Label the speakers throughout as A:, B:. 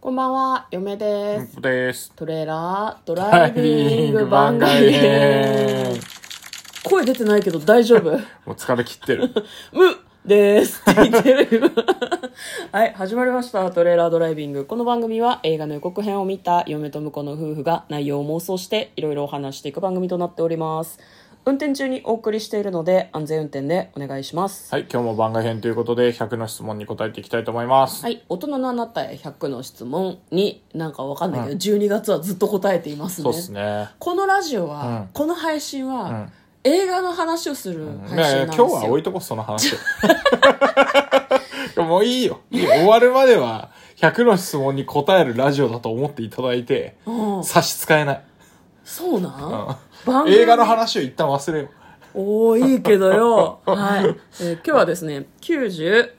A: こんばんは、嫁で
B: 本
A: す。
B: 当です。
A: トレーラードライビング番外編。声出てないけど大丈 夫
B: もう疲れ切ってる。
A: むですって言ってる。 はい、始まりました。トレーラードライビング。この番組は映画の予告編を見た嫁と婿の夫婦が内容を妄想していろいろお話していく番組となっております。運転中にお送りしているので安全運転でお願いします。
B: はい、今日も番外編ということで、100の質問に答えていきたいと思います。
A: はい、大人のあなたへ100の質問に、なんかわかんないけど、12月はずっと答えていますね。
B: そうですね。
A: このラジオは、
B: うん
A: この配信は、
B: ん
A: 映画の話をする
B: ね
A: 配信なんです
B: 今日
A: よ、
B: は置いとこう、その話 を。もういいよ。いいよ終わるまでは、100の質問に答えるラジオだと思っていただいて、
A: うん
B: 差し支えない。
A: そうな、
B: うん
A: 番
B: ん、
A: 組
B: 映画の話を一旦忘れよ
A: おーいいけど よはい、えー今日はですね94、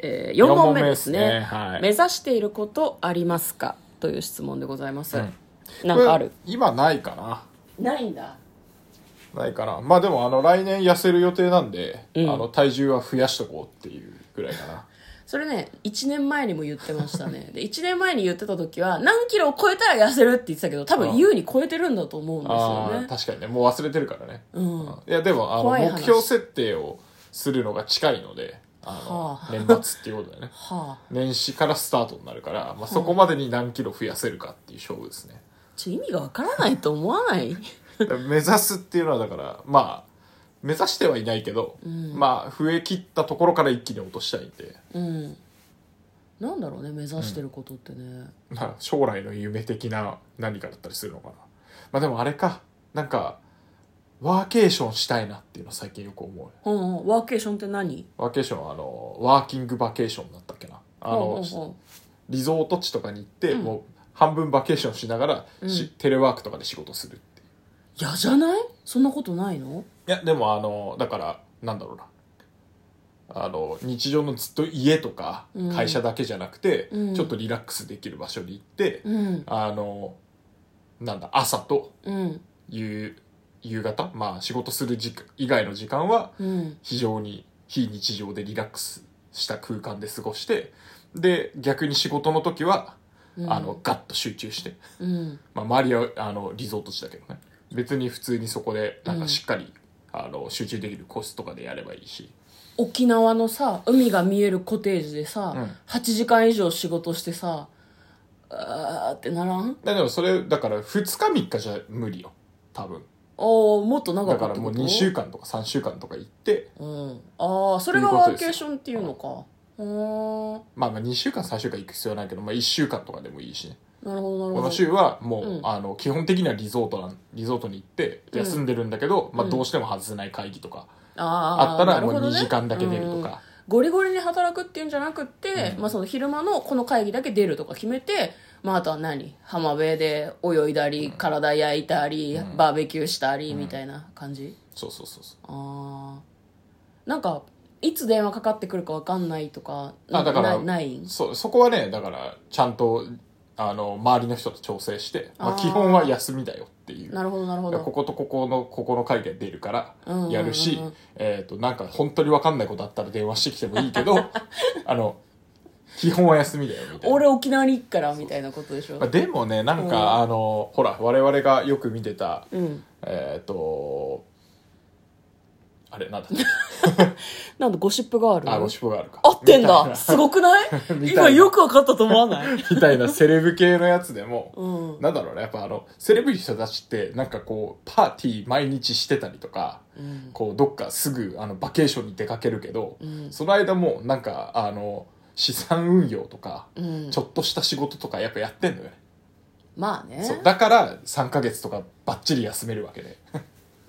A: えー4問目ですね
B: 四問目ですねはい
A: 目指していることありますかという質問でございます、
B: うん
A: な
B: う。
A: んかある
B: これ今ないかな。
A: ないんだ
B: ないかな。まあでも、あの、来年痩せる予定なんで、
A: うん
B: あの、体重は増やしとこうっていうぐらいかな。
A: それね1年前にも言ってましたねで1年前に言ってた時は何キロを超えたら痩せるって言ってたけど多
B: う
A: 分
B: ん
A: 優に超えてるんだと思うんです
B: あ
A: よ
B: あー
A: ね
B: 確かにねもう忘れてるからね、
A: うん
B: いやでもあ
A: 怖い
B: の
A: 話
B: 目標設定をするのが近いのであの、
A: はあ
B: 年末っていうこと だよね
A: はあ
B: 年始からスタートになるから、まあ、そこまでに何キロ増やせるかっていう勝負 ですね、
A: ちょ意味がわからないと思わない
B: だから目指すっていうのはだからまあ目指してはいないけど、まあ増え切ったところから一気に落としたいんで、
A: うんなんだろうね目指してることってね、
B: まあ、将来の夢的な何かだったりするのかなまあでもあれかなんかワーケーションしたいなっていうのは最近よく思う
A: うんうん、ワーケーションって何
B: ワーケーションはあのワーキングバケーションだったっけなあの、
A: うんうんうん
B: リゾート地とかに行って、もう半分バケーションしながら、しテレワークとかで仕事するっていう
A: 嫌じゃないそんなことないの
B: いやでもあのだからなんだろうなあの日常のずっと家とか
A: うん
B: 会社だけじゃなくて、
A: うん
B: ちょっとリラックスできる場所に行って、
A: うん
B: あのなんだ朝と
A: うん
B: 夕夕方まあ仕事する時間以外の時間は
A: うん
B: 非常に非日常でリラックスした空間で過ごしてで逆に仕事の時は、
A: うん
B: あのガッと集中して、
A: うん
B: まあ、周りはあのリゾート地だけどね別に普通にそこでなん
A: う
B: か
A: ん
B: しっかり、あの集中できるコースとかでやればいいし
A: 沖縄のさ海が見えるコテージでさ、
B: うん
A: 8時間以上仕事してさあーってならん
B: だでもそれだから2日3日じゃ無理よ多分
A: おおもっと長
B: だ
A: か
B: か
A: ったっ
B: ら
A: て
B: も
A: こ
B: う
A: と
B: 2週間とか3週間とか行って、
A: うん、ああそれが
B: というこ
A: ワ
B: と
A: ー
B: です
A: ケーションっていうのかうーん
B: まあ、まあ2週間3週間行く必要はないけど、まあ、1週間とかでもいいしね
A: なるほどなる
B: こ
A: ほ
B: の
A: ど
B: 週はもう、
A: うん
B: あの基本的にはリゾートなんリゾートに行って休んでるんだけど、まあ、どうしても外せない会議とか
A: あ
B: あ
A: ー
B: った
A: な
B: ら
A: る
B: もう
A: ほど
B: 2
A: ね
B: 時間だけ出ると
A: うん
B: か、
A: ゴリゴリに働くっていうんじゃなくって、まあ、その昼間のこの会議だけ出るとか決めて、まあ、あとは何浜辺で泳いだり、体焼いたり、バーベキューしたりみたいな感じ、
B: そうそうそうそう
A: ああなんかいつ電話かかってくるかわかんないとか
B: あだから
A: なないん
B: そそこはねだからちゃんとあの周りの人と調整してま
A: あ
B: あ、
A: ー
B: 基本は休みだよっていう
A: なるほどなるほ
B: こ
A: ど
B: ことここのここの会議が出るから
A: うんうんうんうん
B: やるし、えー、となんか本当に分かんないことあったら電話してきてもいいけ どあの基本は休みだよみたいな。
A: 俺沖縄に行くからみたいなことでしょ
B: まあ、でもねなんか、
A: うん
B: あのほら我々がよく見てた
A: うん
B: えっ、とあれなんだっけ
A: なんでゴシップがある
B: あゴシップがあるか
A: 合ってん
B: みたい
A: だ
B: な
A: すごくない
B: みたいな
A: 今よくわかったと思わない
B: みたいなセレブ系のやつでも、
A: うん
B: なんだろうねやっぱあのセレブの人たちってなんかこうパーティー毎日してたりとか、
A: うん
B: こうどっかすぐあのバケーションに出かけるけど、
A: うん
B: その間もうなんかあの資産運用とか、
A: うん
B: ちょっとした仕事とかやっぱやってんのよね、
A: まあね
B: そうだから3ヶ月とかバッチリ休めるわけで、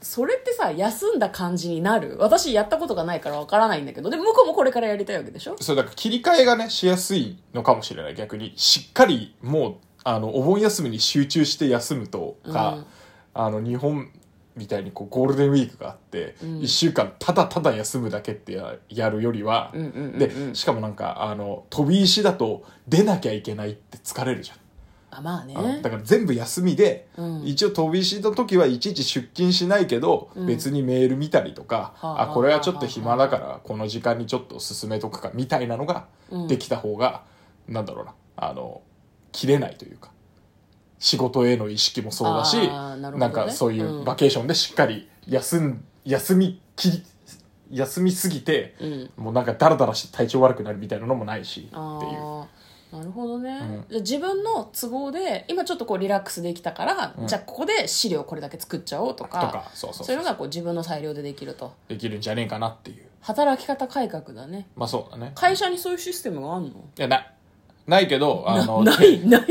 A: それってさ休んだ感じになる私やったことがないからわからないんだけどで向こうもこれからやりたいわけでしょ
B: そうだから切り替えがねしやすいのかもしれない逆にしっかりもうあのお盆休みに集中して休むとか、
A: うん
B: あの日本みたいにこうゴールデンウィークがあって、
A: うん
B: 1週間ただただ休むだけってややるよりは、
A: うんうんうんうん
B: でしかもなんかあの飛び石だと出なきゃいけないって疲れるじゃん。
A: あまあ
B: あの
A: ね
B: だから全部休みで、
A: うん
B: 一応飛び石の時はいちいち出勤しないけど、
A: うん
B: 別にメール見たりとか、
A: はあはあ
B: あこれはちょっと暇だからこの時間にちょっと進めとくかみたいなのが
A: うん
B: できた方が、なんだろうなあの切れないというか仕事への意識もそうだし
A: あーなるほどね
B: なんかそういううんバケーションでしっかり休ん休みき休みすぎて
A: うん
B: もうなんかダラダラして体調悪くなるみたいなのもないしっていう
A: ああなるほどね、
B: うん
A: じゃあ自分の都合で今ちょっとこうリラックスできたから、
B: うん
A: じゃあここで資料これだけ作っちゃおうと
B: と
A: か
B: かそう
A: そ
B: そう
A: う
B: そ
A: いう
B: う
A: のがこう自分の裁量でできると
B: できるんじゃねえかなっていう
A: 働き方改革だね
B: まあそうだね
A: 会社にそういうシステムがあんの
B: いやないないけどあの
A: な ないない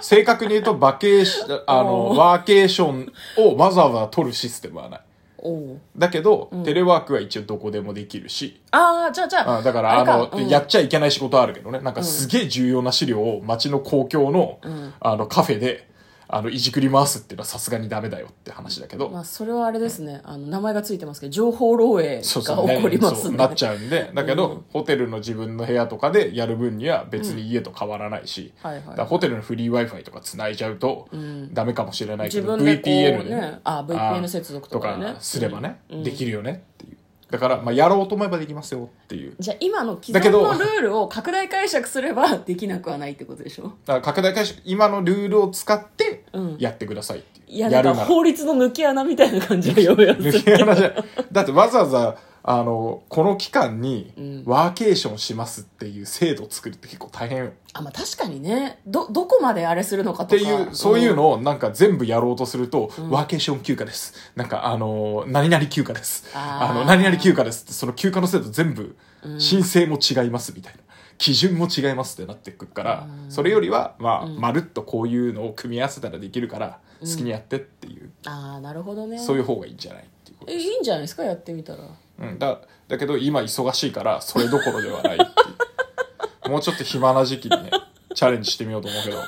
B: 正確に言うとバケーシあの
A: おー
B: ワーケーションをわざわざ取るシステムはない
A: おう
B: だけど、
A: うん
B: テレワークは一応どこでもできるし、
A: ああじゃあじゃあ
B: あだからあ
A: れか
B: の、
A: うん
B: やっちゃいけない仕事はあるけどねなんか
A: うん
B: すげえ重要な資料を街の公共の,、
A: うん
B: あのカフェであのいじくり回すっていうのはさすがにダメだよって話だけど、
A: まあ、それはあれですねあの名前がついてますけど情報漏洩
B: そう
A: が
B: そう
A: 起こりま
B: ねそ
A: す
B: う
A: ね
B: なっちゃうんでだけど、
A: うん
B: ホテルの自分の部屋とかでやる分には別に家と変わらないし、
A: はいはい
B: だからホテルのフリー w i f i とか繋いじゃうと
A: ん
B: ダメかもしれないけ
A: 自
B: ど、
A: 分でこう
B: VPN で
A: ねあ VPN 接続とかね
B: すればね、
A: うん
B: できるよねっていうだから、まあ、やろうと思えばできますよっていう
A: じゃあ今の既
B: だけ
A: 存
B: ど
A: のルールを拡大解釈すればできなくはないってことでしょ
B: だから拡大解釈今のルールを使って
A: うん
B: やってくださいっていう、
A: いやなんか
B: るなら
A: 法律の抜き穴みたいな感じがようや
B: 抜け穴じゃない だってわざわざあのこの期間にワーケーションしますっていう制度を作るって結構大変よ
A: あまあ確かにねどどこまであれするのか
B: って
A: とか
B: いう、そういう
A: を
B: のをなんか全部やろうとすると、ワーケーション休暇です。なんかあのー、何々休暇です。
A: あー
B: あの、何々休暇ですって、その休暇の制度全部、申請も違いますみたいな。基準も違いますってなってくるから、それよりは、まあ、まるっとこういうのを組み合わせたらできるから、好きにやってっていう、
A: ああなるほどね
B: そういう方がいいんじゃないっていうこと
A: えいいんじゃないですかやってみたら
B: うん、だだけど今忙しいからそれどころではないっていうもうちょっと暇な時期にねチャレンジしてみようと思うけど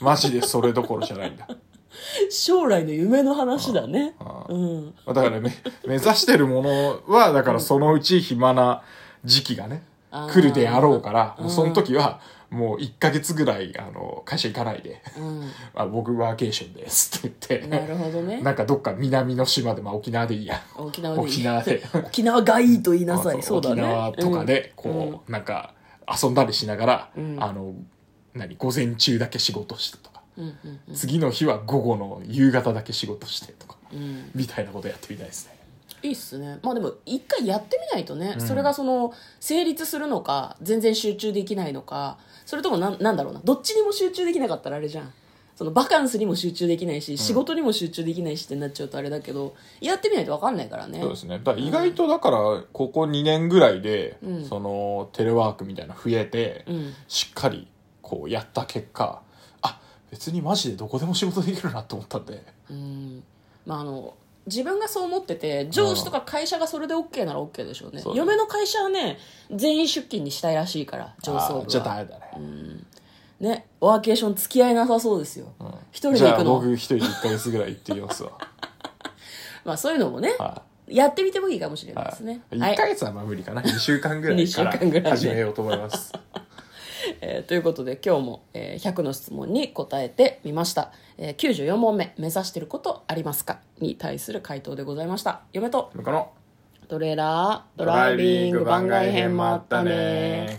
B: マジでそれどころじゃないんだ
A: 将来の夢の話だね
B: あー
A: うん
B: だからめ 目指してるものはだからそのうち暇な時期がね
A: あー
B: 来るであろうから
A: うん
B: もうその時はもう1ヶ月ぐらいあの会社行かないで
A: う
B: 「あ僕ワーケーションです」って
A: ん
B: 言
A: な
B: って
A: るほどね
B: なんかどっか南の島で、まあ、沖縄でいい や
A: 沖縄でいい
B: 沖 縄で
A: 沖縄がいいと言いなさいそうだ
B: 沖
A: ね
B: 縄とかで
A: うんうん
B: こうなんか遊んだりしながら
A: うん
B: あの何午前中だけ仕事してとか
A: うんうんうん
B: 次の日は午後の夕方だけ仕事してとか
A: うん
B: みたいなことやってみたいですね。
A: いいっすねまあでも一回やってみないとね、
B: うん
A: それがその成立するのか全然集中できないのかそれともなんなんだろうなどっちにも集中できなかったらあれじゃんそのバカンスにも集中できないし、仕事にも集中できないしってなっちゃうとあれだけどやってみないと分かんないからね
B: そうですね。だから意外とだから、ここ2年ぐらいで、
A: うん
B: その、テレワークみたいなの増えて、
A: うん
B: しっかり、こう、やった結果、あ、別にマジでどこでも仕事できるなと思ったんで、
A: うんまああの自分がそう思ってて上司とか会社がそれで OK なら OK でしょうね、
B: そうだね
A: 嫁の会社はね全員出勤にしたいらしいから上層部
B: あ
A: は
B: じゃあダメだね。
A: ねワーケーション付き合いなさそうですよ
B: うん
A: 一、人
B: じ
A: で行
B: ゃあ
A: くの
B: 僕一人で1ヶ月ぐらい行ってきますわ。
A: まあそういうのもね、
B: は
A: やってみてもいいかもしれ
B: い。
A: ないで
B: は
A: すね。
B: い、
A: はい
B: 1ヶ月はまあ無理かな。2週間ぐらい か
A: 二週間ぐらい
B: ら
A: ね
B: 始めようと思 います。
A: えーということで今日も、えー100の質問に答えてみました。えー94問目、目指してることありますかに対する回答でございました。嫁と
B: この
A: トレーラー、ドライビング番外編もあったね。